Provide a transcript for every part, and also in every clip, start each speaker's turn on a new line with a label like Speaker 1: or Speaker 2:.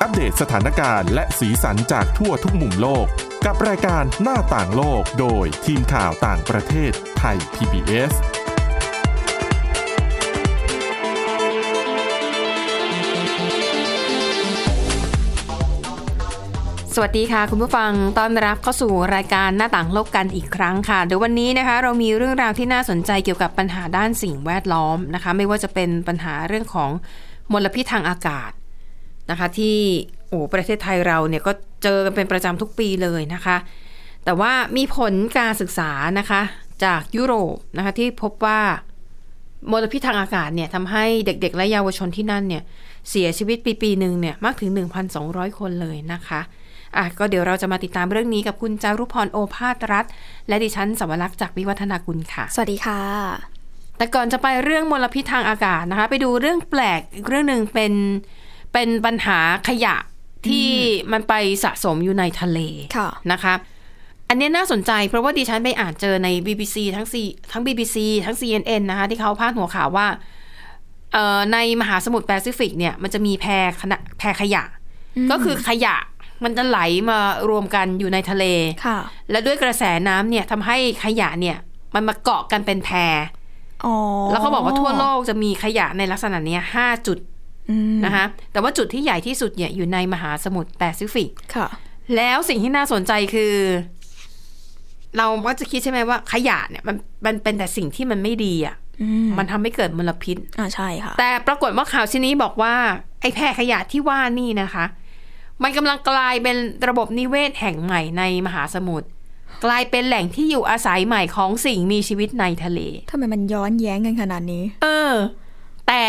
Speaker 1: อัปเดตสถานการณ์และสีสันจากทั่วทุกมุมโลก กับรายการหน้าต่างโลกโดยทีมข่าวต่างประเทศไทย PBS
Speaker 2: สวัสดีค่ะคุณผู้ฟังต้อนรับเข้าสู่รายการหน้าต่างโลกกันอีกครั้งค่ะเดี๋ยววันนี้นะคะ เรามีเรื่องราวที่น่าสนใจเกี่ยวกับปัญหาด้านสิ่งแวดล้อมนะคะ ไม่ว่าจะเป็นปัญหาเรื่องของมลพิษทางอากาศนะคะ ที่โอ้ประเทศไทยเราเนี่ยก็เจอกันเป็นประจำทุกปีเลยนะคะ แต่ว่ามีผลการศึกษานะคะ จากยุโรปนะคะที่พบว่า มลพิษทางอากาศเนี่ยทำให้เด็กๆ และเยาวชนที่นั่นเนี่ยเสียชีวิตปีปีหนึ่งเนี่ยมากถึง 1,200 คนเลยนะคะอ่ะก็เดี๋ยวเราจะมาติดตามเรื่องนี้กับคุณจารุพรโอภาสรัฐ และดิฉันสวรักษ์จากวิวัฒนากุลค่ะ
Speaker 3: สวัสดีค่ะ
Speaker 2: แต่ก่อนจะไปเรื่องมลพิษทางอากาศนะคะ ไปดูเรื่องแปลกอีกเรื่องหนึ่งเป็นเป็นปัญหาขยะที่มันไปสะสมอยู่ในทะเล
Speaker 3: ค่ะ
Speaker 2: นะคะอันเนี้ยน่าสนใจเพราะว่าดิฉันไปอ่านเจอใน BBC ทั้ง C ทั้ง BBC ทั้ง CNN นะคะที่เขาพาดหัวข่าวว่าเอ่อในมหาสมุทรแปซิฟิกเนี่ยมันจะมีแพขณะแพขยะ ก็คือขยะมันจะไหลมารวมกันอยู่ในทะเล
Speaker 3: ค่ะ
Speaker 2: และด้วยกระแสน้ำเนี่ยทำให้ขยะเนี่ยมันมาเกาะกันเป็นแพ
Speaker 3: อ๋อ
Speaker 2: แล้วเขาบอกว่าทั่วโลกจะมีขยะในลักษณะเนี้ยห้าจุด
Speaker 3: อืม
Speaker 2: นะคะ แต่ว่าจุดที่ใหญ่ที่สุดเนี่ยอยู่ในมหาสมุทรแปซิฟิก
Speaker 3: ค่ะ
Speaker 2: แล้วสิ่งที่น่าสนใจคือ เราก็จะคิดใช่ไหมว่าขยะเนี่ยมันมันเป็นแต่สิ่งที่มันไม่ดีอะ่ะ
Speaker 3: อืม
Speaker 2: มันทำให้เกิดมลพิษ
Speaker 3: อ่าใช่ค่ะ
Speaker 2: แต่ปรากฏว่าข่าวชิ้นนี้บอกว่า ไอ้แพร่ขยะที่ว่านี่นะคะ มันกำลังกลายเป็นระบบนิเวศแห่งใหม่ในมหาสมุทร กลายเป็นแหล่งที่อยู่อาศัยใหม่ของสิ่งมีชีวิตในทะเล
Speaker 3: ทำไมมันย้อนแย้งกันขนาดนี้
Speaker 2: เออ แต่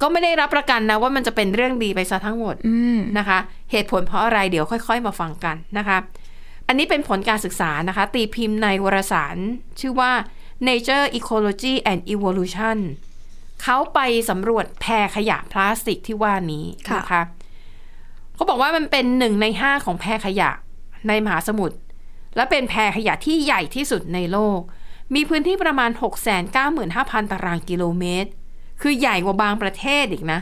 Speaker 2: ก็ไม่ได้รับประกันนะว่ามันจะเป็นเรื่องดีไปซะทั้งหมด
Speaker 3: อืม
Speaker 2: นะคะ เหตุผลเพราะอะไรเดี๋ยวค่อย ๆ มาฟังกันนะคะ อันนี้เป็นผลการศึกษานะคะ ตีพิมพ์ในวารสาร ชื่อว่า Nature Ecology and Evolution เขาไปสำรวจแพรขยะพลาสติกที่ว่านี้นะคะ เขาบอกว่ามันเป็นหนึ่งในห้าของแพรขยะในมหาสมุทร และเป็นแพรขยะที่ใหญ่ที่สุดในโลก มีพื้นที่ประมาณ 695,000 ตารางกิโลเมตร คือใหญ่กว่าบางประเทศอีกนะ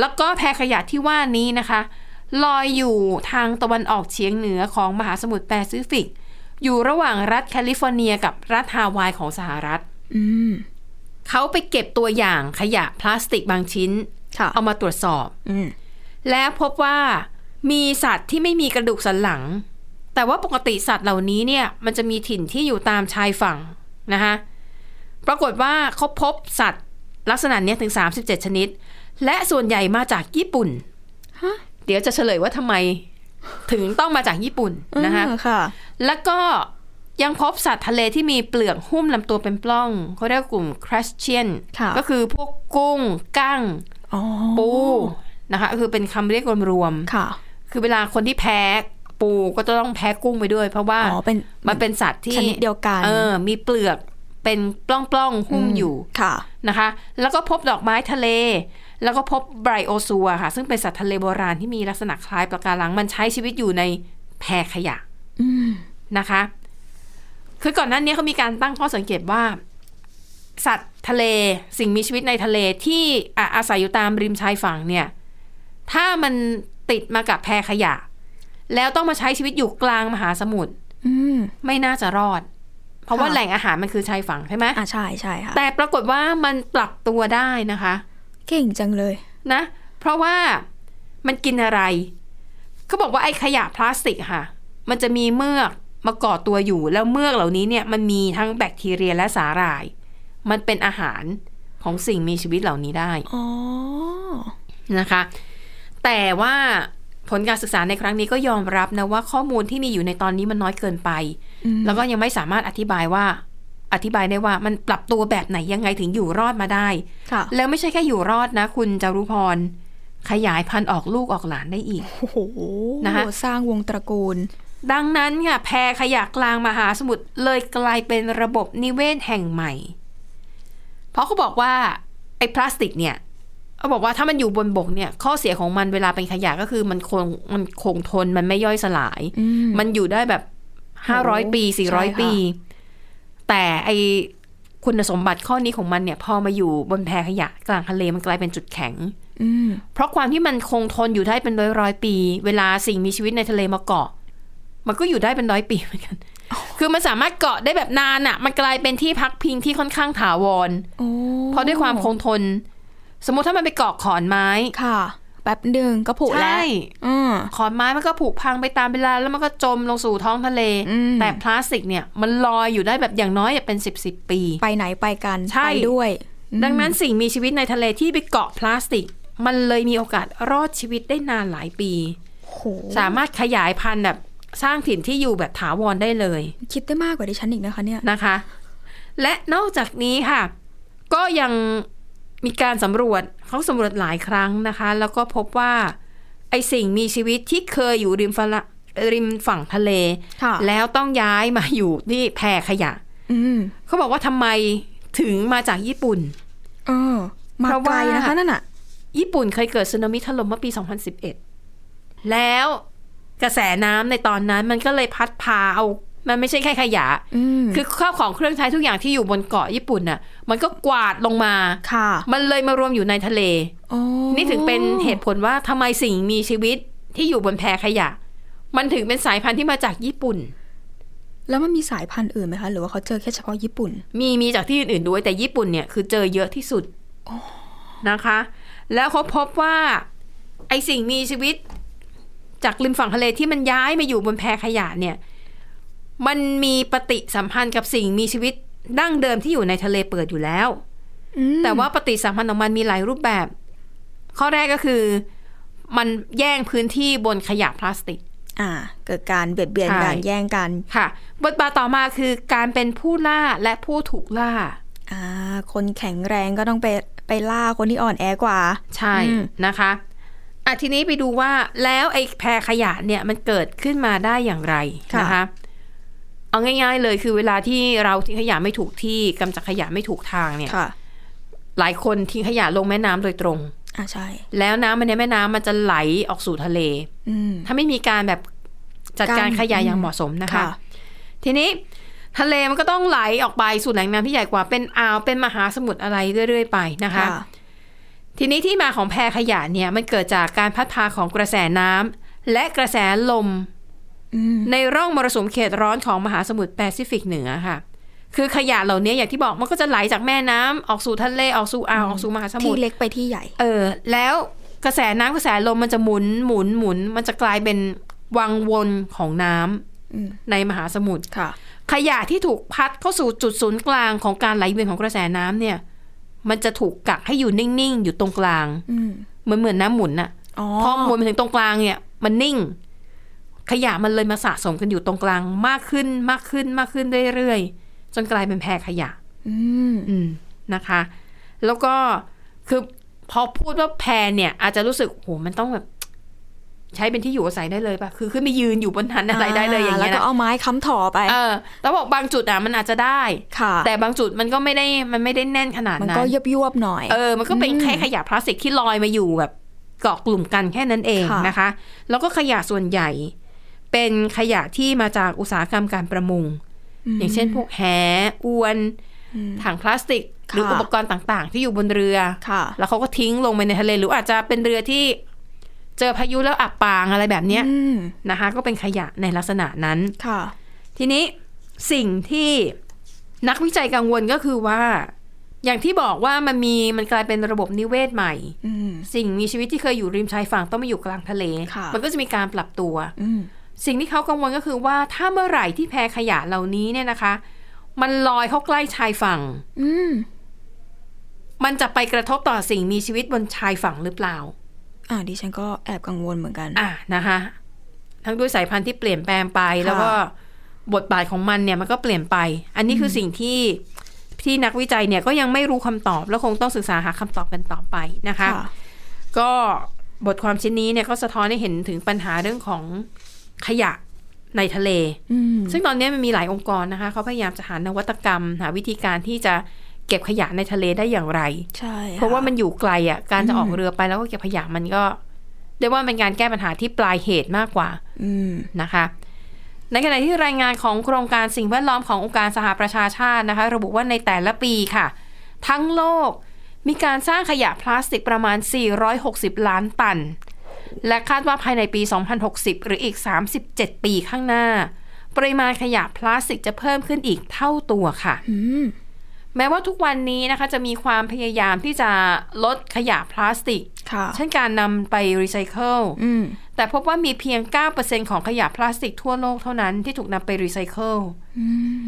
Speaker 2: แล้วก็แพรขยะที่ว่านี้นะคะ ลอยอยู่ทางตะวันออกเฉียงเหนือของมหาสมุทรแปซิฟิก อยู่ระหว่างรัฐแคลิฟอร์เนียกับรัฐฮาวายของสหรัฐ
Speaker 3: อืม
Speaker 2: เขาไปเก็บตัวอย่างขยะพลาสติกบางชิ้น
Speaker 3: ค่ะ
Speaker 2: เอามาตรวจสอบ
Speaker 3: อืม
Speaker 2: และพบว่ามีสัตว์ที่ไม่มีกระดูกสันหลัง แต่ว่าปกติสัตว์เหล่านี้เนี่ยมันจะมีถิ่นที่อยู่ตามชายฝั่งนะคะปรากฏว่าเขาพบสัตว์ลักษณะเนี้ยถึง 37 ชนิด และส่วนใหญ่มาจากญี่ปุ่น
Speaker 3: ฮะ
Speaker 2: เดี๋ยวจะเฉลยว่าทำไมถึงต้องมาจากญี่ปุ่นนะคะ
Speaker 3: เออค่ะ
Speaker 2: แล้วก็ยังพบสัตว์ทะเลที่มีเปลือกหุ้มลำตัวเป็นปล้องเขาเรียกกลุ่ม crustacean
Speaker 3: ค่ะ
Speaker 2: ก็คือพวกกุ้ง กั้ง
Speaker 3: อ๋อ
Speaker 2: ปูนะคะคือเป็นคำเรียกรวม
Speaker 3: ค่ะ
Speaker 2: ๆคือเวลาคนที่แพ้ปูก็จะต้องแพ้กุ้งไปด้วย เพราะว่า
Speaker 3: อ๋อ เป็น
Speaker 2: มันเป็นสัตว์ที่
Speaker 3: ชนิดเดียวกัน
Speaker 2: เออ มีเปลือกเป็นปล้องๆหุ้มอยู่
Speaker 3: ค่ะ
Speaker 2: นะคะ แล้วก็พบดอกไม้ทะเล แล้วก็พบไบรโอซัวค่ะ ซึ่งเป็นสัตว์ทะเลโบราณที่มีลักษณะคล้ายปะการัง มันใช้ชีวิตอยู่ในแพขยะ
Speaker 3: อืม
Speaker 2: นะคะ คือก่อนหน้านี้เขามีการตั้งข้อสังเกตว่า สัตว์ทะเลสิ่งมีชีวิตในทะเลที่อ่ะอาศัยอยู่ตามริมชายฝั่งเนี่ย ถ้ามันติดมากับแพขยะ แล้วต้องมาใช้ชีวิตอยู่กลางมหาสมุทร
Speaker 3: อืม
Speaker 2: ไม่น่าจะรอด เพราะว่า
Speaker 3: ค่ะ
Speaker 2: แหล่งอาหารมันคือชายฝั่งใช่ไหม
Speaker 3: อ่าใช่ใช่ค่ะ
Speaker 2: แต่ปรากฏว่ามันปรับตัวได้นะคะ
Speaker 3: เก่งจังเลย
Speaker 2: นะ เพราะว่ามันกินอะไร เขาบอกว่าไอ้ขยะพลาสติกค่ะ มันจะมีเมือกมาก่อตัวอยู่ แล้วเมือกเหล่านี้เนี่ยมันมีทั้งแบคทีเรียและสาหร่าย มันเป็นอาหารของสิ่งมีชีวิตเหล่านี้ได้
Speaker 3: อ๋อ
Speaker 2: นะคะ แต่ว่าผลการศึกษาในครั้งนี้ก็ยอมรับนะว่าข้อมูลที่มีอยู่ในตอนนี้มันน้อยเกินไป
Speaker 3: อืม
Speaker 2: แล้วก็ยังไม่สามารถอธิบายว่า อธิบายได้ว่ามันปรับตัวแบบไหนยังไงถึงอยู่รอดมาได้
Speaker 3: ค่ะ
Speaker 2: แล้วไม่ใช่แค่อยู่รอดนะ คุณจารุพร ขยายพันธุ์ออกลูกออกหลานได้อีก
Speaker 3: โอ้โห
Speaker 2: นะคะ
Speaker 3: สร้างวงตระกูล
Speaker 2: ดังนั้นค่ะแพรขยะกลางมหาสมุทรเลยกลายเป็นระบบนิเวศแห่งใหม่ เพราะเขาบอกว่า ไอ้พลาสติกเนี่ยเขาบอกว่าถ้ามันอยู่บนบกเนี่ย ข้อเสียของมันเวลาเป็นขยะก็คือมันคงมันคงทนมันไม่ย่อยสลาย
Speaker 3: อืม
Speaker 2: มันอยู่ได้แบบห้าร้อยปีสี่
Speaker 3: ใช่
Speaker 2: ร้อย
Speaker 3: ค่ะ
Speaker 2: ปี แต่ไอคุณสมบัติข้อนี้ของมันเนี่ย พอมาอยู่บนแพขยะกลางทะเลมันกลายเป็นจุดแข็ง
Speaker 3: อืม
Speaker 2: เพราะความที่มันคงทนอยู่ได้เป็นร้อยร้อยๆปี เวลาสิ่งมีชีวิตในทะเลมาเกาะ มันก็อยู่ได้เป็นร้อยปีเหมื อนกัน คือมันสามารถเกาะได้แบบนานอะ่ะ มันกลายเป็นที่พักพิงที่ค่อนข้างถาวร
Speaker 3: โอ้
Speaker 2: เพราะด้วยความคงทน สมมติถ้ามันไปเกาะขอนไม้
Speaker 3: ค่ะ แป๊บหนึ่งก็ผุแล้ว
Speaker 2: ใช่
Speaker 3: อืม
Speaker 2: ขอนไม้มันก็ผุพังไปตามเวลา แล้วมันก็จมลงสู่ท้องทะเล
Speaker 3: อืม
Speaker 2: แต่พลาสติกเนี่ยมันลอยอยู่ได้แบบอย่างน้อยเนี่ยเป็นสิบสิบปี
Speaker 3: ไปไหนไปกัน
Speaker 2: ใช่
Speaker 3: ไปด้วย
Speaker 2: ดังนั้นสิ่งมีชีวิตในทะเลที่ไปเกาะพลาสติก มันเลยมีโอกาสรอดชีวิตได้นานหลายปี
Speaker 3: โห
Speaker 2: สามารถขยายพันธุ์แบบสร้างถิ่นที่อยู่แบบถาวรได้เลย
Speaker 3: คิดได้มากกว่าดิฉันอีกนะคะเนี่ย
Speaker 2: นะคะ และนอกจากนี้ค่ะ ก็ยังมีการสำรวจเขาสำรวจหลายครั้งนะคะ แล้วก็พบว่าไอสิ่งมีชีวิตที่เคยอยู่ริมฝั่งริมฝั่งทะเล
Speaker 3: ค่ะ
Speaker 2: แล้วต้องย้ายมาอยู่ที่แพรขยะ
Speaker 3: อืม
Speaker 2: เขาบอกว่าทำไมถึงมาจากญี่ปุ่น
Speaker 3: เออมา
Speaker 2: เพราะ
Speaker 3: ไกล
Speaker 2: ว่า
Speaker 3: นะคะนั่นน่ะ
Speaker 2: ญี่ปุ่นเคยเกิดสึนามิถล่มเมื่อปี 2011 แล้วกระแสน้ำในตอนนั้นมันก็เลยพัดพาเอา มันไม่ใช่แค่ขยะ
Speaker 3: อืม
Speaker 2: คือข้าวของเครื่องใช้ทุกอย่างที่อยู่บนเกาะญี่ปุ่นน่ะ มันก็กวาดลงมา
Speaker 3: ค่ะ
Speaker 2: มันเลยมารวมอยู่ในทะเล
Speaker 3: โอ้
Speaker 2: นี่ถึงเป็นเหตุผลว่าทำไมสิ่งมีชีวิตที่อยู่บนแพขยะ มันถึงเป็นสายพันธุ์ที่มาจากญี่ปุ่น
Speaker 3: แล้วมันมีสายพันธุ์อื่นไหมคะ หรือว่าเขาเจอแค่เฉพาะญี่ปุ่น
Speaker 2: มีมีจากที่อื่นๆด้วยแต่ญี่ปุ่นเนี่ยคือเจอเยอะที่สุดนะคะ แล้วเขาพบว่าไอสิ่งมีชีวิตจากริมฝั่งทะเลที่มันย้ายมาอยู่บนแพขยะเนี่ย มันมีปฏิสัมพันธ์กับสิ่งมีชีวิตดั้งเดิมที่อยู่ในทะเลเปิดอยู่แล้ว
Speaker 3: อืม
Speaker 2: แต่ว่าปฏิสัมพันธ์ของมันมีหลายรูปแบบ ข้อแรกก็คือมันแย่งพื้นที่บนขยะพลาสติก
Speaker 3: อ่า เกิดการเบียดเบียน
Speaker 2: ใช่
Speaker 3: กันแย่งกัน
Speaker 2: ค่ะ บทบาทต่อมาคือการเป็นผู้ล่าและผู้ถูกล่า
Speaker 3: อ่า คนแข็งแรงก็ต้องไปไปล่าคนที่อ่อนแอกว่า
Speaker 2: ใช่
Speaker 3: อืม
Speaker 2: นะคะอ่ะทีนี้ไปดูว่าแล้วไอ้แพรขยะเนี่ยมันเกิดขึ้นมาได้อย่างไรนะคะ เอาง่าย ๆเลยคือเวลาที่เราทิ้งขยะไม่ถูกที่กำจัดขยะไม่ถูกทางเนี่ย
Speaker 3: ค่ะ
Speaker 2: หลายคนทิ้งขยะลงแม่น้ำโดยตรง
Speaker 3: อ่าใช่
Speaker 2: แล้วน้ำมันในแม่น้ำมันจะไหลออกสู่ทะเล
Speaker 3: อืม
Speaker 2: ถ้าไม่มีการแบบจัดการ
Speaker 3: กั้น
Speaker 2: ขยะอย่าง
Speaker 3: อืม
Speaker 2: เหมาะสมนะคะ ทีนี้ทะเลมันก็ต้องไหลออกไปสู่แหล่งน้ำที่ใหญ่กว่าเป็นอ่าวเป็นมหาสมุทรอะไรเรื่อยๆ ไปนะคะ
Speaker 3: ค่ะ
Speaker 2: ทีนี้ที่มาของแพรขยะเนี่ยมันเกิดจากการพัดพาของกระแสน้ำและกระแสลม
Speaker 3: อืม
Speaker 2: ในร่องมรสุมเขตร้อนของมหาสมุทรแปซิฟิกเหนือค่ะ คือขยะเหล่านี้อย่างที่บอกมันก็จะไหลจากแม่น้ำออกสู่ทะเลออกสู่อ่าวออกสู่มหาสมุ
Speaker 3: ที่
Speaker 2: ทร
Speaker 3: เล็กไปที่ใหญ่
Speaker 2: เออแล้วกระแสน้ำกระแสลมมันจะหมุนหมุนหมุน มันจะกลายเป็นวังวนของน้ำ
Speaker 3: อืม
Speaker 2: ในมหาสมุทร
Speaker 3: ค่ะ
Speaker 2: ขยะที่ถูกพัดเข้าสู่จุดศูนย์กลางของการไหลเวียนของกระแสน้ำเนี่ย มันจะถูกกักให้อยู่นิ่งๆอยู่ตรงกลาง
Speaker 3: อืม
Speaker 2: เหมือนเหมือนน้ำหมุนอะ
Speaker 3: อ๋อ
Speaker 2: พอหมุนไปถึงตรงกลางเนี่ย มันนิ่ง ขยะมันเลยมาสะสมกันอยู่ตรงกลางมากขึ้นมากขึ้นมากขึ้นเรื่อยๆ จนกลายเป็นแพรขยะ
Speaker 3: อืม
Speaker 2: อืมนะคะ แล้วก็คือพอพูดว่าแพรเนี่ย อาจจะรู้สึกโหมันต้องแบบ ใช้เป็นที่อยู่อาศัยได้เลยปะคือขึ้นไปยืนอยู่บนนั้นอะไรได้เลยอย่าง
Speaker 3: แล้
Speaker 2: เงี้
Speaker 3: วย ก็
Speaker 2: นะ
Speaker 3: เอาไม้ค้ำถอไป
Speaker 2: เออแต่บอกบางจุดอ่ะมันอาจจะได้
Speaker 3: ค่ะ
Speaker 2: แต่บางจุดมันก็ไม่ได้มันไม่ได้แน่นขนาด
Speaker 3: มัน
Speaker 2: นั้น
Speaker 3: ก็ยบยวบๆหน่อย
Speaker 2: เออ มันก็เป็นแค่ขยะพลาสติกที่ลอยมาอยู่แบบเกาะกลุ่มกันแค่นั้นเอง
Speaker 3: ค่ะ
Speaker 2: นะคะ แล้วก็ขยะส่วนใหญ่ เป็นขยะที่มาจากอุตสาหกรรมการประมง
Speaker 3: ม
Speaker 2: อย่างเช่นพวกแหอวน ถังพลาสติก หรือ
Speaker 3: ค่ะ
Speaker 2: อุปกรณ์ต่างๆ ที่อยู่บนเรือ
Speaker 3: ค่ะ
Speaker 2: แล้วเขาก็ทิ้งลงไปในทะเล หรืออาจจะเป็นเรือที่เจอพายุแล้วอับปางอะไรแบบเนี้ย
Speaker 3: อืม
Speaker 2: นะคะ ก็เป็นขยะในลักษณะนั้น
Speaker 3: ค่ะ
Speaker 2: ทีนี้สิ่งที่นักวิจัยกังวลก็คือว่า อย่างที่บอกว่ามันมีมันกลายเป็นระบบนิเวศใหม่
Speaker 3: อืม
Speaker 2: สิ่งมีชีวิตที่เคยอยู่ริมชายฝั่งต้องมาอยู่กลางทะเล
Speaker 3: ค่ะ
Speaker 2: มันก็จะมีการปรับตัว
Speaker 3: อืม
Speaker 2: สิ่งที่เขากังวลก็คือว่าถ้าเมื่อไหร่ที่แพขยะเหล่านี้เนี่ยนะคะ มันลอยเข้าใกล้ชายฝั่ง
Speaker 3: อืม
Speaker 2: มันจะไปกระทบต่อสิ่งมีชีวิตบนชายฝั่งหรือเปล่า
Speaker 3: อ่าดิฉันก็แอบกังวลเหมือนกัน
Speaker 2: อ่ะนะคะ ทั้งด้วยสายพันธุ์ที่เปลี่ยนแปลงไป
Speaker 3: ค่ะ
Speaker 2: แล้วก็บทบาทของมันเนี่ยมันก็เปลี่ยนไป อันนี้คือสิ่งที่ที่นักวิจัยเนี่ยก็ยังไม่รู้คำตอบ แล้วคงต้องศึกษาหาคำตอบกันต่อไปนะคะ
Speaker 3: ค่ะ
Speaker 2: ก็บทความชิ้นนี้เนี่ยก็สะท้อนให้เห็นถึงปัญหาเรื่องของขยะในทะเล
Speaker 3: อืม
Speaker 2: ซึ่งตอนนี้มันมีหลายองค์กรนะคะเขาพยายามจะหานวัตกรรม หาวิธีการที่จะเก็บขยะในทะเลได้อย่างไร
Speaker 3: ใช่ค่
Speaker 2: เพราะว่ามันอยู่ไกลอ่ะ การจะออกเรือไปแล้วก็เก็บขยะมันก็เรียกว่าเป็นการแก้ปัญหาที่ปลายเหตุมากกว่า
Speaker 3: อืม
Speaker 2: นะคะ ในขณะที่รายงานของโครงการสิ่งแวดล้อมขององค์การสหประชาชาตินะคะ ระบุว่าในแต่ละปีค่ะ ทั้งโลก มีการสร้างขยะพลาสติกประมาณ 460 ล้านตัน และคาดว่าภายในปี 2060 หรืออีก 37 ปีข้างหน้า ปริมาณขยะพลาสติกจะเพิ่มขึ้นอีกเท่าตัวค่ะ
Speaker 3: อืม
Speaker 2: แม้ว่าทุกวันนี้นะคะจะมีความพยายามที่จะลดขยะพลาสติก
Speaker 3: ค่ะ
Speaker 2: เช่นการนำไปรีไซเคิล
Speaker 3: อืม
Speaker 2: แต่พบว่ามีเพียง 9%ของขยะพลาสติกทั่วโลกเท่านั้นที่ถูกนำไปรีไซเคิล
Speaker 3: อืม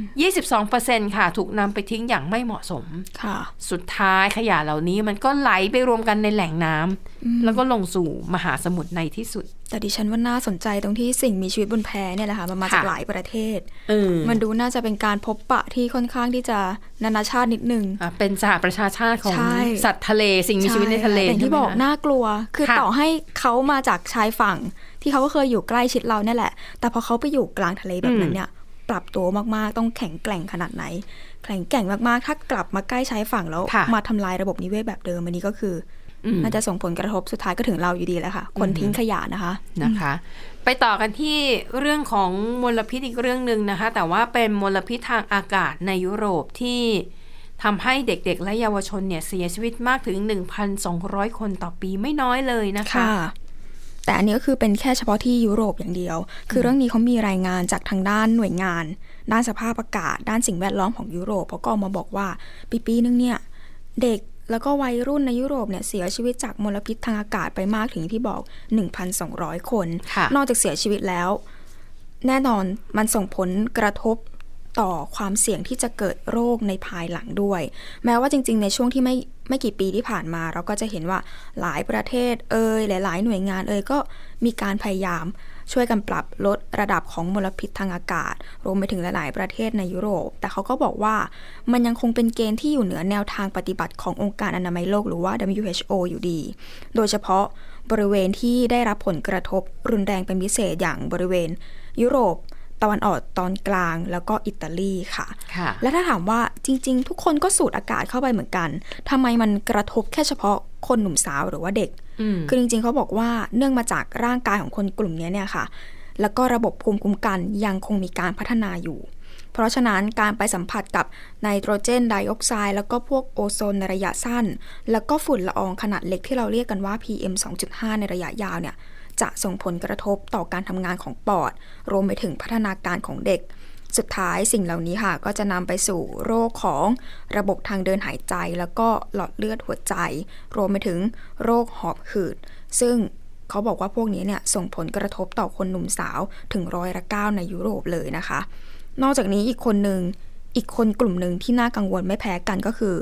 Speaker 2: 22%ค่ะ ถูกนำไปทิ้งอย่างไม่เหมาะสม
Speaker 3: ค่ะ
Speaker 2: สุดท้ายขยะเหล่านี้มันก็ไหลไปรวมกันในแหล่งน้ำแล้วก็ลงสู่มหาสมุทรในที่สุด
Speaker 3: แต่ดิฉันว่าน่าสนใจตรงที่สิ่งมีชีวิตบนแพเนี่ยแหละค่ะ มันมาจาก
Speaker 2: ค่ะ
Speaker 3: หลายประเทศ
Speaker 2: เออ
Speaker 3: มันดูน่าจะเป็นการพบปะที่ค่อนข้างที่จะนานาชาตินิดนึง
Speaker 2: อ่ะเป็นสหประชาชาติของ
Speaker 3: ใช่
Speaker 2: สัตว์ทะเลสิ่งมีชีวิตในทะเล
Speaker 3: ช่ค่อย่างที่
Speaker 2: ใช่ไหม
Speaker 3: บอก
Speaker 2: คะ
Speaker 3: น่ากลัว คือ
Speaker 2: ค่ะ
Speaker 3: ต่อให้เขามาจากชายฝั่ง ที่เขาก็เคยอยู่ใกล้ชิดเราเนี่ยแหละ แต่พอเขาไปอยู่กลางทะเลแบบนั้นเนี่ย ปรับตัวมากๆ ต้องแข็งแกร่งขนาดไหน แข็งแกร่งมากๆ ถ้ากลับมาใกล้ชายฝั่งแล้ว
Speaker 2: ค่ะ
Speaker 3: มาทำลายระบบนิเวศแบบเดิมอันนี้ก็คืออ
Speaker 2: ม
Speaker 3: น่าจะส่งผลกระทบสุดท้ายก็ถึงเราอยู่ดีแหละค่ะ คนทิ้งขยะนะคะ
Speaker 2: นะคะ ไปต่อกันที่เรื่องของมลพิษอีกเรื่องหนึ่งนะคะ แต่ว่าเป็นมลพิษทางอากาศในยุโรปที่ทำให้เด็กๆ และเยาวชนเนี่ยเสียชีวิตมากถึง 1,200 คนต่อปีไม่น้อยเลยนะคะ
Speaker 3: ค่ะ แต่อันนี้ก็คือเป็นแค่เฉพาะที่ยุโรปอย่างเดียว คือเรื่องนี้เขามีรายงานจากทางด้านหน่วยงาน ด้านสภาพอากาศ ด้านสิ่งแวดล้อมของยุโรปเขาก็ออกมาบอกว่า ปีปีๆนึงเนี่ย เด็กแล้วก็วัยรุ่นในยุโรปเนี่ยเสียชีวิตจากมลพิษทางอากาศไปมากถึงที่บอก 1,200 คน
Speaker 2: ค่ะ
Speaker 3: นอกจากเสียชีวิตแล้ว แน่นอนมันส่งผลกระทบต่อความเสี่ยงที่จะเกิดโรคในภายหลังด้วย แม้ว่าจริง ๆ ในช่วงที่ไม่ไม่กี่ปีที่ผ่านมา เราก็จะเห็นว่าหลายประเทศเอ่ยหลาย ๆ หน่วยงานเอ่ยก็มีการพยายามช่วยกันปรับลดระดับของมลพิษทางอากาศ รวมไปถึงหลาย ๆ ประเทศในยุโรป แต่เขาก็บอกว่ามันยังคงเป็นเกณฑ์ที่อยู่เหนือแนวทางปฏิบัติขององค์การอนามัยโลกหรือว่า WHO อยู่ดี โดยเฉพาะบริเวณที่ได้รับผลกระทบรุนแรงเป็นพิเศษอย่างบริเวณ ยุโรป ตะวันออกตอนกลางแล้วก็อิตาลีค่ะ
Speaker 2: ค่ะ
Speaker 3: และถ้าถามว่าจริง ๆ ทุกคนก็สูดอากาศเข้าไปเหมือนกันทำไมมันกระทบแค่เฉพาะคนหนุ่มสาวหรือว่าเด็ก
Speaker 2: อืม
Speaker 3: คือจริง ๆ เขาบอกว่าเนื่องมาจากร่างกายของคนกลุ่มเนี้ยเนี่ยค่ะ แล้วก็ระบบภูมิคุ้มกันยังคงมีการพัฒนาอยู่ เพราะฉะนั้นการไปสัมผัสกับไนโตรเจนไดออกไซด์แล้วก็พวกโอโซนในระยะสั้น แล้วก็ฝุ่นละอองขนาดเล็กที่เราเรียกกันว่า PM 2.5 ในระยะยาวเนี่ย จะส่งผลกระทบต่อการทำงานของปอด รวมไปถึงพัฒนาการของเด็ก สุดท้ายสิ่งเหล่านี้ค่ะ ก็จะนำไปสู่โรคของระบบทางเดินหายใจ แล้วก็หลอดเลือดหัวใจ รวมไปถึงโรคหอบหืด ซึ่งเขาบอกว่าพวกนี้เนี่ยส่งผลกระทบต่อคนหนุ่มสาวถึงร้อยละเก้าในยุโรปเลยนะคะ นอกจากนี้อีกคนหนึ่งอีกคนกลุ่มหนึ่งที่น่ากังวลไม่แพ้กันก็คือ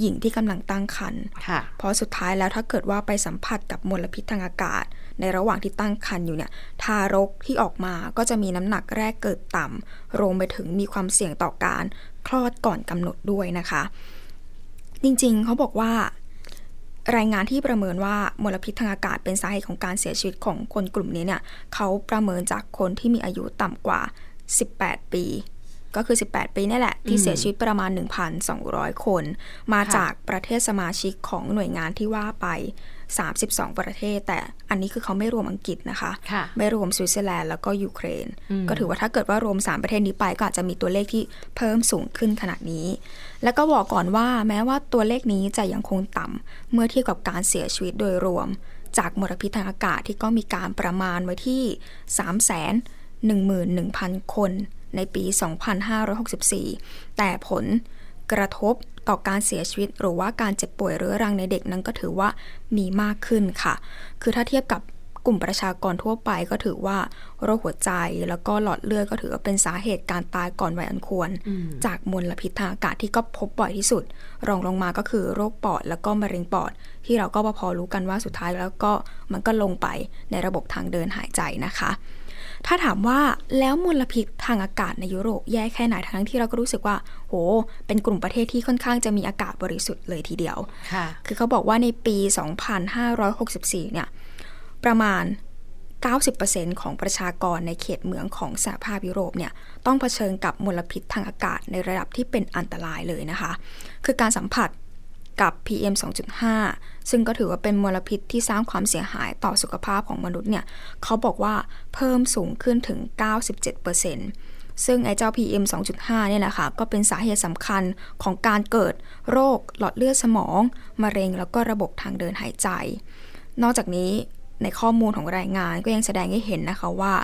Speaker 3: หญิงที่กำลังตั้งครรภ์
Speaker 2: ค่ะ
Speaker 3: เพราะสุดท้ายแล้วถ้าเกิดว่าไปสัมผัสกับมลพิษทางอากาศ ในระหว่างที่ตั้งครรภ์อยู่เนี่ยทารกที่ออกมาก็จะมีน้ำหนักแรกเกิดต่ำรวมไปถึงมีความเสี่ยงต่อการคลอดก่อนกำหนดด้วยนะคะ จริงๆเขาบอกว่า รายงานที่ประเมินว่ามลพิษทางอากาศเป็นสาเหตุของการเสียชีวิตของคนกลุ่มนี้เนี่ยเขาประเมินจากคนที่มีอายุต่ำกว่า 18 ปี ก็คือ 18 ปีนี่แหละ ที่เสียชีวิตประมาณ 1,200 คน มา
Speaker 2: ค่ะ
Speaker 3: จากประเทศสมาชิกของหน่วยงานที่ว่าไป 32 ประเทศ แต่อันนี้คือเขาไม่รวมอังกฤษนะคะ
Speaker 2: ค่ะ
Speaker 3: ไม่รวมสวิตเซอร์แลนด์แล้วก็ยูเครน ก็ถือว่าถ้าเกิดว่ารวม 3 ประเทศนี้ไปก็อาจจะมีตัวเลขที่เพิ่มสูงขึ้นขนาดนี้ แล้วก็บอกก่อนว่าแม้ว่าตัวเลขนี้จะยังคงต่ำเมื่อเทียบกับการเสียชีวิตโดยรวม จากมลพิษทางอากาศที่ก็มีการประมาณไว้ที่ 3 1 1 0 0 0 คนในปี 2564 แต่ผลกระทบต่อการเสียชีวิต หรือว่าการเจ็บป่วยเรื้อรังในเด็กนั้นก็ถือว่ามีมากขึ้นค่ะ คือถ้าเทียบกับ กลุ่มประชากรทั่วไปก็ถือว่าโรคหัวใจแล้วก็หลอดเลือดก็ถือว่าเป็นสาเหตุการตายก่อนวัยอันควร จากมลพิษทางอากาศที่ก็พบบ่อยที่สุด รองลงมาก็คือโรคปอดแล้วก็มะเร็งปอด ที่เราก็พอรู้กันว่าสุดท้ายแล้วก็มันก็ลงไปในระบบทางเดินหายใจนะคะ ถ้าถามว่าแล้วมลพิษทางอากาศในยุโรปแย่แค่ไหนทั้งที่เราก็รู้สึกว่า โห เป็นกลุ่มประเทศที่ค่อนข้างจะมีอากาศบริสุทธิ์เลยทีเดียว
Speaker 2: ค่ะ
Speaker 3: คือเขาบอกว่าในปี 2564 เนี่ย ประมาณ 90%ของประชากรในเขตเมืองของสหภาพยุโรปเนี่ย ต้องเผชิญกับมลพิษทางอากาศในระดับที่เป็นอันตรายเลยนะคะ คือการสัมผัสกับ PM 2.5 ซึ่งก็ถือว่าเป็นมลพิษที่สร้างความเสียหายต่อสุขภาพของมนุษย์เนี่ย เขาบอกว่าเพิ่มสูงขึ้นถึง 97% ซึ่งไอ้เจ้า PM 2.5เนี่ยแหละค่ะก็เป็นสาเหตุสำคัญของการเกิดโรคหลอดเลือดสมอง มะเร็งแล้วก็ระบบทางเดินหายใจ นอกจากนี้ในข้อมูลของรายงานก็ยังแสดงให้เห็นนะคะว่า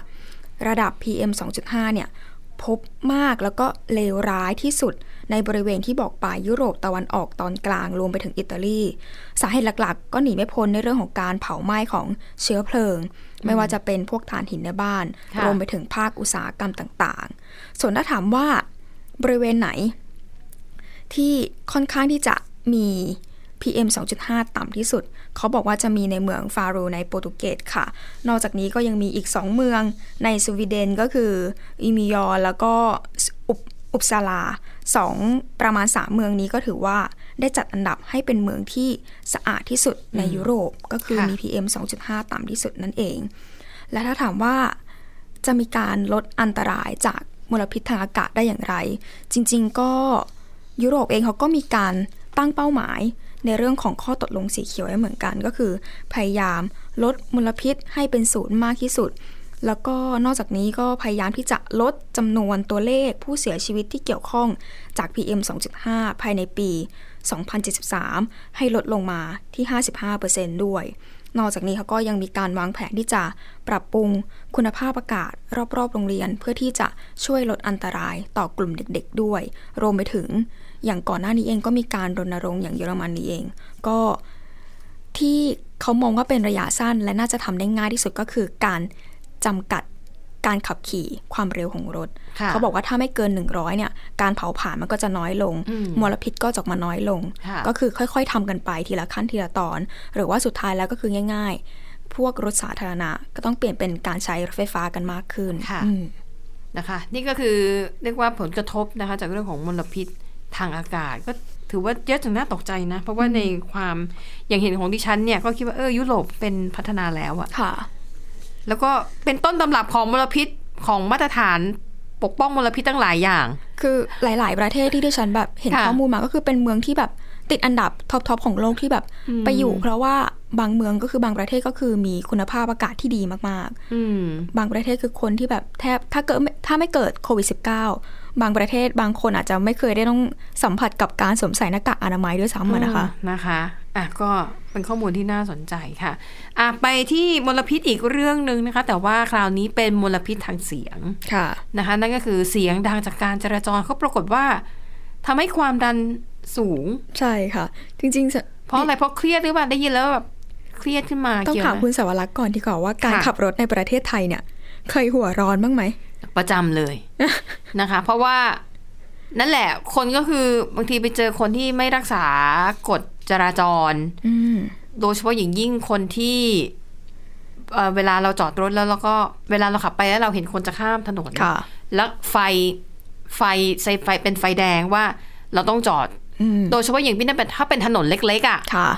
Speaker 3: ระดับ PM 2.5เนี่ยพบมากแล้วก็เลวร้ายที่สุดในบริเวณที่บอกไปยุโรปตะวันออกตอนกลางรวมไปถึงอิตาลี สาเหตุหลักๆ ก็หนีไม่พ้นในเรื่องของการเผาไหม้ของเชื้อเพลิง ไม่ว่าจะเป็นพวกถ่านหินในบ้าน
Speaker 2: ค่ะ
Speaker 3: รวมไปถึงภาคอุตสาหกรรมต่างๆ ส่วนถ้าถามว่าบริเวณไหน ที่ค่อนข้างที่จะมี PM 2.5 ต่ำที่สุด เขาบอกว่าจะมีในเมืองฟาโรในโปรตุเกสค่ะ นอกจากนี้ก็ยังมีอีก 2 เมืองในสวีเดนก็คืออิมิยอร์แล้วก็อุปอุปซาลาสองประมาณ 3 เมืองนี้ก็ถือว่าได้จัดอันดับให้เป็นเมืองที่สะอาดที่สุดในยุโรป ก็คือ
Speaker 2: ค่ะ
Speaker 3: มี PM 2.5 ต่ำที่สุดนั่นเอง และถ้าถามว่า จะมีการลดอันตรายจากมลพิษทางอากาศได้อย่างไร จริงๆ ก็ยุโรปเองเขาก็มีการตั้งเป้าหมาย ในเรื่องของข้อตกลงสีเขียวไว้เหมือนกันก็คือ พยายามลดมลพิษให้เป็นศูนย์มากที่สุด แล้วก็นอกจากนี้ก็พยายามที่จะลดจำนวนตัวเลขผู้เสียชีวิตที่เกี่ยวข้องจาก PM 2.5 ภายในปี 2073 ให้ลดลงมาที่ 55%ด้วย นอกจากนี้เขาก็ยังมีการวางแผนที่จะปรับปรุงคุณภาพอากาศ รอบๆ โรงเรียน เพื่อที่จะช่วยลดอันตรายต่อกลุ่มเด็กๆด้วย รวมไปถึงอย่างก่อนหน้านี้เองก็มีการรณรงค์อย่างเยอรมันนี้เอง ก็ที่เขามองว่าเป็นระยะสั้น และน่าจะทำได้ง่ายที่สุดก็คือการจำกัดการขับขี่ความเร็วของรถ
Speaker 2: ค่ะ
Speaker 3: เขาบอกว่าถ้าไม่เกิน 100เนี่ยการเผาผลาญมันก็จะน้อยลง
Speaker 2: อืม
Speaker 3: มลพิษก็จะออกมาน้อยลง
Speaker 2: ค่ะ
Speaker 3: ก็คือค่อยๆทำกันไปทีละขั้นทีละตอน หรือว่าสุดท้ายแล้วก็คือง่าย ๆ พวกรถสาธารณะก็ต้องเปลี่ยนเป็นการใช้รถไฟฟ้ากันมากขึ้น
Speaker 2: ค่ะ
Speaker 3: อืม
Speaker 2: นะคะ นี่ก็คือเรียกว่าผลกระทบนะคะ จากเรื่องของมลพิษทางอากาศ ก็ถือว่าเยอะถึงน่าตกใจนะ เพราะว่าในความอย่างเห็นของดิฉันเนี่ยก็คิดว่าเออยุโรปเป็นพัฒนาแล้วอะ
Speaker 3: ค่ะ
Speaker 2: แล้วก็เป็นต้นตำรับของมลพิษของมาตรฐานปกป้องมลพิษตั้งหลายอย่าง
Speaker 3: คือหลาย ๆ ประเทศที่ดิฉันแบบเห็น
Speaker 2: ค่ะ
Speaker 3: ข้อมูลมาก็คือเป็นเมืองที่แบบติดอันดับท็อป ๆ ของโลกที่แบบไปอยู่ เพราะว่าบางเมืองก็คือบางประเทศก็คือมีคุณภาพอากาศที่ดีมาก ๆ
Speaker 2: ืม
Speaker 3: บางประเทศคือคนที่แบบแทบถ้าเกิดไม่ถ้าไม่เกิดโควิด -19 บางประเทศบางคนอาจจะไม่เคยได้ต้องสัมผัสกับการสวมใส่หน้ากากอนามัยด้วยซ้ำอะนะคะ
Speaker 2: อืมนะคะอ่ะก็เป็นข้อมูลที่น่าสนใจค่ะอ่ะไปที่มลพิษอีกเรื่องหนึ่งนะคะ แต่ว่าคราวนี้เป็นมลพิษทางเสียง
Speaker 3: ค่ะ
Speaker 2: นะคะ นั่นก็คือเสียงดังจากการจราจรเขาปรากฏว่าทำให้ความดันสูง
Speaker 3: ใช่ค่ะ จริงๆส
Speaker 2: เพราะอะไรเพราะเครียดหรือเปล่าได้ยินแล้วแบบเครียดขึ้นมา
Speaker 3: ต้อง
Speaker 2: เกี่ยว
Speaker 3: ถาม
Speaker 2: ไหม
Speaker 3: คุณสวรักษ์ก่อนดีกว่าว่าการ
Speaker 2: ค่ะ
Speaker 3: ขับรถในประเทศไทยเนี่ย เคยหัวร้อนบ้างไหม
Speaker 2: ประจำเลย นะคะ เพราะว่านั่นแหละคนก็คือบางทีไปเจอคนที่ไม่รักษากฎจราจร
Speaker 3: อืม
Speaker 2: โดยเฉพาะอย่างยิ่งคนที่เอ่อเวลาเราจอดรถแล้วแล้วก็เวลาเราขับไปแล้วเราเห็นคนจะข้ามถนน
Speaker 3: ค่ะ
Speaker 2: แล้วไฟไฟไฟไฟเป็นไฟแดงว่าเราต้องจอด
Speaker 3: อืม
Speaker 2: โดยเฉพาะอย่างพี่นั่นเป็นถ้าเป็นถนนเล็กๆอ่ะ
Speaker 3: ค่ะ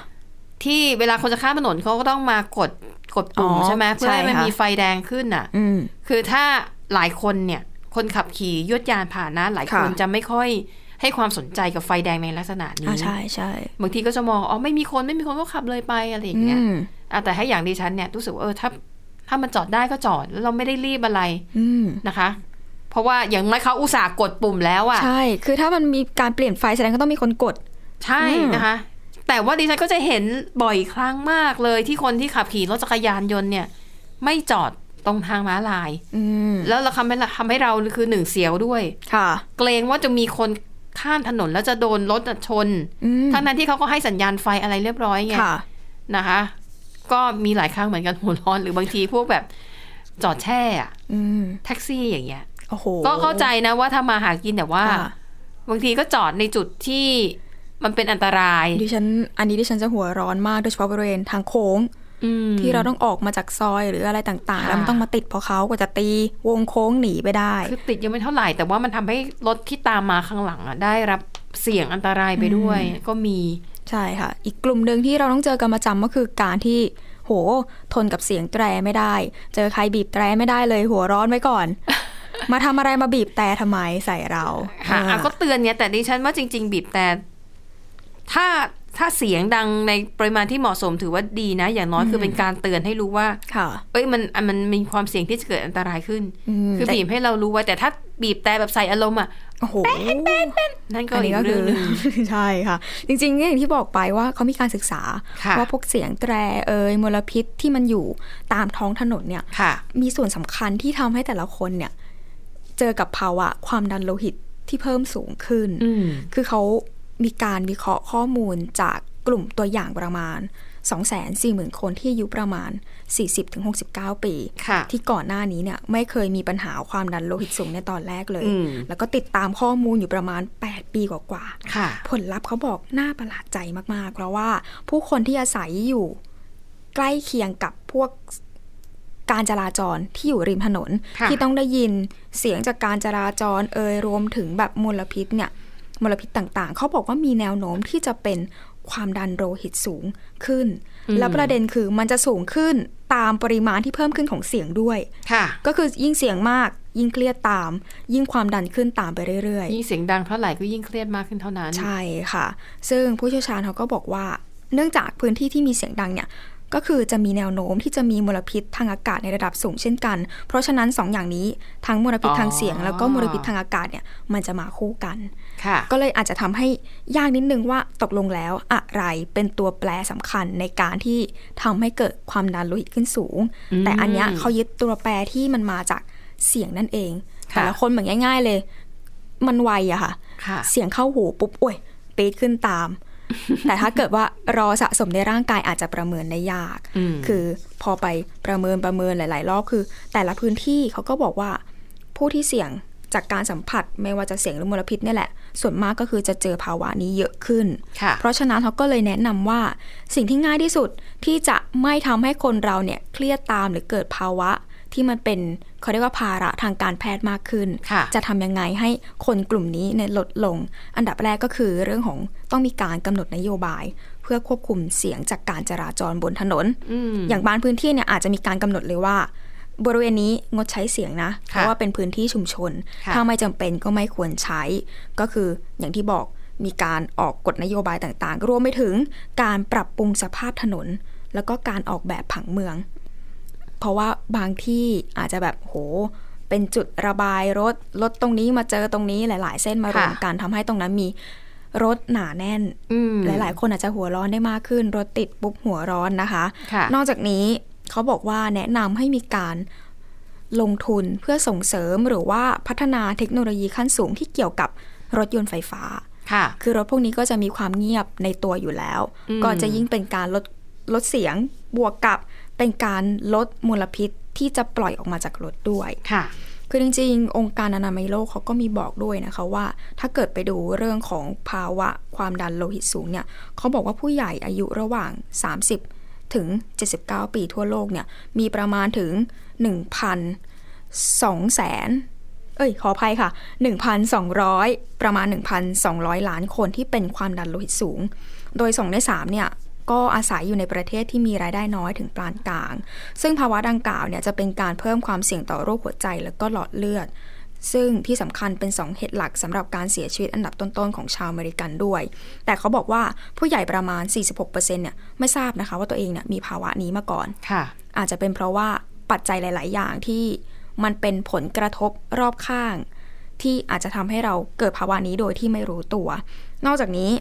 Speaker 2: ที่เวลาคนจะข้ามถนนเขาก็ต้องมากดกดปุ่ม
Speaker 3: อ๋อ
Speaker 2: ใช่ไหมเพื่อให้มัน
Speaker 3: ใช่ค่ะ
Speaker 2: มีไฟแดงขึ้นอ่ะ
Speaker 3: อืม
Speaker 2: คือถ้าหลายคนเนี่ยคนขับขี่ยวดยานผ่านนะหลายคน
Speaker 3: ค่ะ
Speaker 2: จะไม่ค่อยให้ความสนใจกับไฟแดงในลักษณะนี้
Speaker 3: อ่าใช่ใช่
Speaker 2: บางทีก็จะมองอ๋อไม่มีคนไม่มีคนก็ขับเลยไปอะไรอย่างเงี้ย
Speaker 3: อืม
Speaker 2: อ่ะแต่ให้อย่างดิฉันเนี่ยรู้สึกว่าเออถ้าถ้ามันจอดได้ก็จอดแล้วเราไม่ได้รีบอะไร
Speaker 3: อืม
Speaker 2: นะคะ เพราะว่าอย่างน้อยเขาอุตส่าห์กดปุ่มแล้วอะ่ะ
Speaker 3: ใช่ คือถ้ามันมีการเปลี่ยนไฟแสดงก็ต้องมีคนกด
Speaker 2: ใช่
Speaker 3: อืม
Speaker 2: นะคะ แต่ว่าดิฉันก็จะเห็นบ่อยครั้งมากเลยที่คนที่ขับขี่รถจักรยานยนต์เนี่ย ไม่จอดตรงทางม้าลาย
Speaker 3: อืม
Speaker 2: แล้วเราทำให้ทำให้เราคือหนึ่งเสียวด้วย
Speaker 3: ค่ะ
Speaker 2: เกรงว่าจะมีคนข้ามถนนแล้วจะโดนรถชน
Speaker 3: อืม
Speaker 2: ทั้งนั้นที่เขาก็ให้สัญญาณไฟอะไรเรียบร้อยไง
Speaker 3: ค่ะ
Speaker 2: นะคะ ก็มีหลายครั้งเหมือนกันหัวร้อนหรือบางทีพวกแบบจอดแช่อะ
Speaker 3: อืม
Speaker 2: แท็กซี่อย่างเงี้ย
Speaker 3: โอ้โห
Speaker 2: ก็เข้าใจนะว่าถ้ามาหากินแต่ว่า
Speaker 3: ค่ะ
Speaker 2: บางทีก็จอดในจุดที่มันเป็นอันตราย
Speaker 3: ดิฉันอันนี้ดิฉันจะหัวร้อนมากโดยเฉพาะบริเวณทางโค้ง
Speaker 2: อืม
Speaker 3: ที่เราต้องออกมาจากซอยหรืออะไรต่างๆ
Speaker 2: ค่ะ
Speaker 3: แล้วมันต้องมาติดเพราะเขากว่าจะตีวงโค้งหนีไปได้
Speaker 2: คือติดยังไม่เท่าไหร่ แต่ว่ามันทำให้รถที่ตามมาข้างหลังอะได้รับเสี่ยงอันตรายไปด้วย ก็มี
Speaker 3: ใช่ค่ะ อีกกลุ่มหนึ่งที่เราต้องเจอกันประจำก็คือการที่ โห ทนกับเสียงแตรไม่ได้ เจอใครบีบแตรไม่ได้เลย หัวร้อนไว้ก่อน มาทำอะไรมาบีบแตรทำไมใส่เรา
Speaker 2: ค่ะ
Speaker 3: อ่า
Speaker 2: อ่ะก็เตือนเนี่ยแต่ดิฉันว่าจริง ๆ บีบแต่ถ้าถ้าเสียงดังในปริมาณที่เหมาะสมถือว่าดีนะ อย่างน้อยคือเป็นการเตือนให้รู้ว่า
Speaker 3: ค่ะ
Speaker 2: เอ้ยมันอ่ะมันมีความเสี่ยงที่จะเกิดอันตรายขึ้น
Speaker 3: อืม
Speaker 2: คือ
Speaker 3: แต่
Speaker 2: บีบให้เรารู้ไว้แต่ถ้า บีบแต่แบบใส่อารมณ์อ่ะ
Speaker 3: โอ้โห
Speaker 2: นั่นก็
Speaker 3: อัน
Speaker 2: อี
Speaker 3: นี้
Speaker 2: ก
Speaker 3: ก็
Speaker 2: เรื่
Speaker 3: คือ อง
Speaker 2: หนึง
Speaker 3: ใช่ค่ะ จริงๆเนี่ยอย่างที่บอกไปว่าเขามีการศึกษา
Speaker 2: ค่ะ
Speaker 3: ว่าพวกเสียงแตรเอ่ยมลพิษที่มันอยู่ตามท้องถนนเนี่ย
Speaker 2: ค่ะ
Speaker 3: มีส่วนสำคัญที่ทำให้แต่ละคนเนี่ย เจอกับภาวะความดันโลหิตที่เพิ่มสูงขึ้น
Speaker 2: อืม
Speaker 3: คือเขามีการวิเคราะห์ข้อมูลจากกลุ่มตัวอย่างประมาณ 240,000 คนที่อายุประมาณ 40-69 ปี
Speaker 2: ค่ะ
Speaker 3: ที่ก่อนหน้านี้เนี่ยไม่เคยมีปัญหาความดันโลหิตสูงในตอนแรกเลย
Speaker 2: อืม
Speaker 3: แล้วก็ติดตามข้อมูลอยู่ประมาณ 8 ปีกว่า
Speaker 2: ค่ะ
Speaker 3: ๆ ผลลัพธ์เขาบอกน่าประหลาดใจมากๆ เพราะว่าผู้คนที่อาศัยอยู่ใกล้เคียงกับพวกการจราจรที่อยู่ริมถนน
Speaker 2: ค่ะ
Speaker 3: ที่ต้องได้ยินเสียงจากการจราจรเอยรวมถึงแบบมลพิษเนี่ยมลพิษต่างๆ เขาบอกว่ามีแนวโน้มที่จะเป็นความดันโลหิตสูงขึ้น แล้วประเด็นคือมันจะสูงขึ้นตามปริมาณที่เพิ่มขึ้นของเสียงด้วย
Speaker 2: ค่ะ
Speaker 3: ก็คือยิ่งเสียงมาก ยิ่งเครียดตาม ยิ่งความดันขึ้นตามไปเรื่อย
Speaker 2: ยิ่งเสียงดังเท่าไหร่ก็ยิ่งเครียดมากขึ้นเท่านั้น
Speaker 3: ๆ ใช่ค่ะ ซึ่งผู้เชี่ยวชาญเขาก็บอกว่า เนื่องจากพื้นที่ที่มีเสียงดังเนี่ย ก็คือจะมีแนวโน้มที่จะมีมลพิษทางอากาศในระดับสูงเช่นกัน เพราะฉะนั้นสองอย่างนี้ทั้งมลพิษ
Speaker 2: อ๋อ
Speaker 3: ทางเสียง แล้วก็มลพิษทางอากาศเนี่ยมันจะมาคู่กัน
Speaker 2: ค่ะ
Speaker 3: ก็เลยอาจจะทำให้ยากนิดนึงว่าตกลงแล้วอะไรเป็นตัวแปรสำคัญในการที่ทำให้เกิดความดันโลหิตขึ้นสูง
Speaker 2: อืม
Speaker 3: แต่อันเนี้ยเขายึดตัวแปรที่มันมาจากเสียงนั่นเอง
Speaker 2: ค่ะ
Speaker 3: แต่ละคนเหมือนง่าย ๆเลย มันไวอะค่ะ
Speaker 2: ค่ะ
Speaker 3: เสียงเข้าหูปุ๊บโอ้ยปีดขึ้น ตาม แต่ถ้าเกิดว่ารอสะสมในร่างกายอาจจะประเมินได้ยาก
Speaker 2: อืม
Speaker 3: คือพอไปประเมินประเมินหลาย ๆ รอบคือ แต่ละพื้นที่เขาก็บอกว่า ผู้ที่เสี่ยงจากการสัมผัสไม่ว่าจะเสียงหรือมลพิษเนี่ยแหละ ส่วนมากก็คือจะเจอภาวะนี้เยอะขึ้น
Speaker 2: ค่ะ
Speaker 3: เพราะฉะนั้นเขาก็เลยแนะนำว่าสิ่งที่ง่ายที่สุดที่จะไม่ทำให้คนเราเนี่ยเครียดตามหรือเกิดภาวะที่มันเป็นเขาเรียกว่าภาระทางการแพทย์มากขึ้น
Speaker 2: ค่ะ
Speaker 3: จะทำยังไงให้คนกลุ่มนี้เนี่ยลดลง อันดับแรกก็คือเรื่องของต้องมีการกำหนดนโยบาย เพื่อควบคุมเสียงจากการจราจรบนถนน
Speaker 2: อืม
Speaker 3: อย่างบางพื้นที่เนี่ยอาจจะมีการกำหนดเลยว่า บริเวณนี้งดใช้เสียงนะ เพ
Speaker 2: ค่ะ
Speaker 3: ราะว่าเป็นพื้นที่ชุมชน
Speaker 2: ค่ะ
Speaker 3: ถ้าไม่จำเป็นก็ไม่ควรใช้ ก็คืออย่างที่บอกมีการออกกฎนโยบายต่างๆ รวมไปถึงการปรับปรุงสภาพถนน แล้วก็การออกแบบผังเมือง เพราะว่าบางที่อาจจะแบบโห เป็นจุดระบายรถรถตรงนี้มาเจอตรงนี้หลาย ๆ เส้นมารวมกันทำให้ตรงนั้นมีรถหนาแน่น
Speaker 2: อืม
Speaker 3: หลาย ๆ คนอาจจะหัวร้อนได้มากขึ้น รถติดปุ๊บหัวร้อนนะคะ
Speaker 2: ค่ะ
Speaker 3: นอกจากนี้เขาบอกว่าแนะนำให้มีการลงทุนเพื่อส่งเสริมหรือว่าพัฒนาเทคโนโลยีขั้นสูงที่เกี่ยวกับรถยนต์ไฟฟ้า
Speaker 2: ค่ะ
Speaker 3: คือรถพวกนี้ก็จะมีความเงียบในตัวอยู่แล้ว
Speaker 2: อืม
Speaker 3: ก็จะยิ่งเป็นการลดลดเสียงบวกกับเป็นการลดมลพิษที่จะปล่อยออกมาจากรถด้วย
Speaker 2: ค่ะ
Speaker 3: คือจริงๆ องค์การอนามัยโลกเขาก็มีบอกด้วยนะคะว่า ถ้าเกิดไปดูเรื่องของภาวะความดันโลหิตสูงเนี่ยเขาบอกว่าผู้ใหญ่อายุระหว่าง 30 ถึง 79 ปีทั่วโลกเนี่ยมีประมาณถึง 1,200แสนเอ้ยขออภัยค่ะ 1,200 ประมาณ 1,200 ล้านคนที่เป็นความดันโลหิตสูง โดย 2 ใน 3 เนี่ย ก็อาศัยอยู่ในประเทศที่มีรายได้น้อยถึงปานกลาง ซึ่งภาวะดังกล่าวเนี่ยจะเป็นการเพิ่มความเสี่ยงต่อโรคหัวใจและก็หลอดเลือด ซึ่งที่สำคัญเป็น 2 เหตุหลักสำหรับการเสียชีวิตอันดับต้นๆ ของชาวอเมริกันด้วย แต่เขาบอกว่าผู้ใหญ่ประมาณ 46%เนี่ยไม่ทราบนะคะว่าตัวเองเนี่ยมีภาวะนี้มาก่อน
Speaker 2: ค่ะ
Speaker 3: อาจจะเป็นเพราะว่าปัจจัยหลาย ๆ อย่างที่มันเป็นผลกระทบรอบข้าง ที่อาจจะทำให้เราเกิดภาวะนี้โดยที่ไม่รู้ตัว นอกจากนี้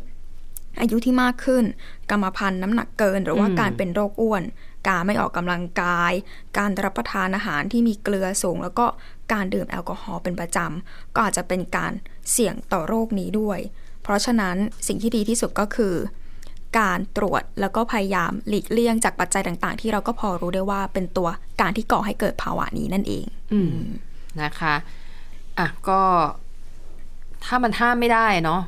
Speaker 3: อายุที่มากขึ้น กรรมพันธุ์น้ำหนักเกิน หรือว่า
Speaker 2: อืม
Speaker 3: การเป็นโรคอ้วน การไม่ออกกำลังกาย การรับประทานอาหารที่มีเกลือสูง แล้วก็การดื่มแอลกอฮอล์เป็นประจำ ก็อาจจะเป็นการเสี่ยงต่อโรคนี้ด้วย เพราะฉะนั้นสิ่งที่ดีที่สุดก็คือ การตรวจแล้วก็พยายามหลีกเลี่ยงจากปัจจัยต่างๆ ที่เราก็พอรู้ได้ว่าเป็นตัวการที่ก่อให้เกิดภาวะนี้นั่นเอง
Speaker 2: อืม นะคะ อ่ะ ก็ถ้ามันห้ามไม่ได้เนาะ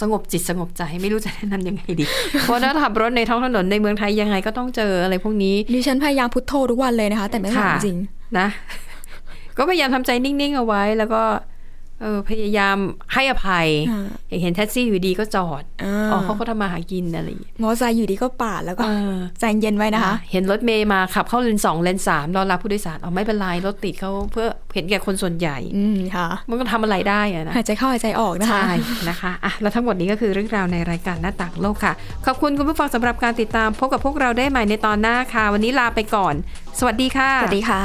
Speaker 2: สงบจิตสงบใจไม่รู้จะแนะนำยังไงดี เพราะถ้าขับรถในท้องถนนในเมืองไทยยังไงก็ต้องเจออะไรพวกนี้
Speaker 3: ดิฉันพยายามพุทโธทุกวันเลยนะคะ แต่ไม่ไหว
Speaker 2: ค่ะ
Speaker 3: จริง
Speaker 2: นะ ก็พยายามทำใจนิ่ง ๆ เอาไว้ แล้วก็ เออพยายามให้อภัย
Speaker 3: อ่า
Speaker 2: อย่างเห็นแท็กซี่อยู่ดีก็จอด
Speaker 3: อ่
Speaker 2: อ๋อา เขาก็ทำมาหากินอะไรอย่างเงี้ย
Speaker 3: มอไซค์อยู่ดีก็ปาดแล้วก็
Speaker 2: เออ
Speaker 3: ใจเย็นไว้นะคะ
Speaker 2: เห็นรถเมย์มาขับเข้าเลนสองเลนสามรอรับผู้โดยสารเอาไม่เป็นไรรถติดเขาเพื่อเห็นแก่คนส่วนใหญ่
Speaker 3: อืมค่ะ
Speaker 2: มันก็ทำอะไรได้อะนะ
Speaker 3: หายใจเข้าหายใจออกนะคะ
Speaker 2: ใช่นะคะอ่ะแล้วทั้งหมดนี้ก็คือเรื่องราวในรายการหน้าต่างโลกค่ะ ขอบคุณคุณผู้ฟังสำหรับการติดตามพบกับพวกเราได้ใหม่ในตอนหน้าค่ะ วันนี้ลาไปก่อน สวัสดีค่ะ
Speaker 3: สวัสดีค่ะ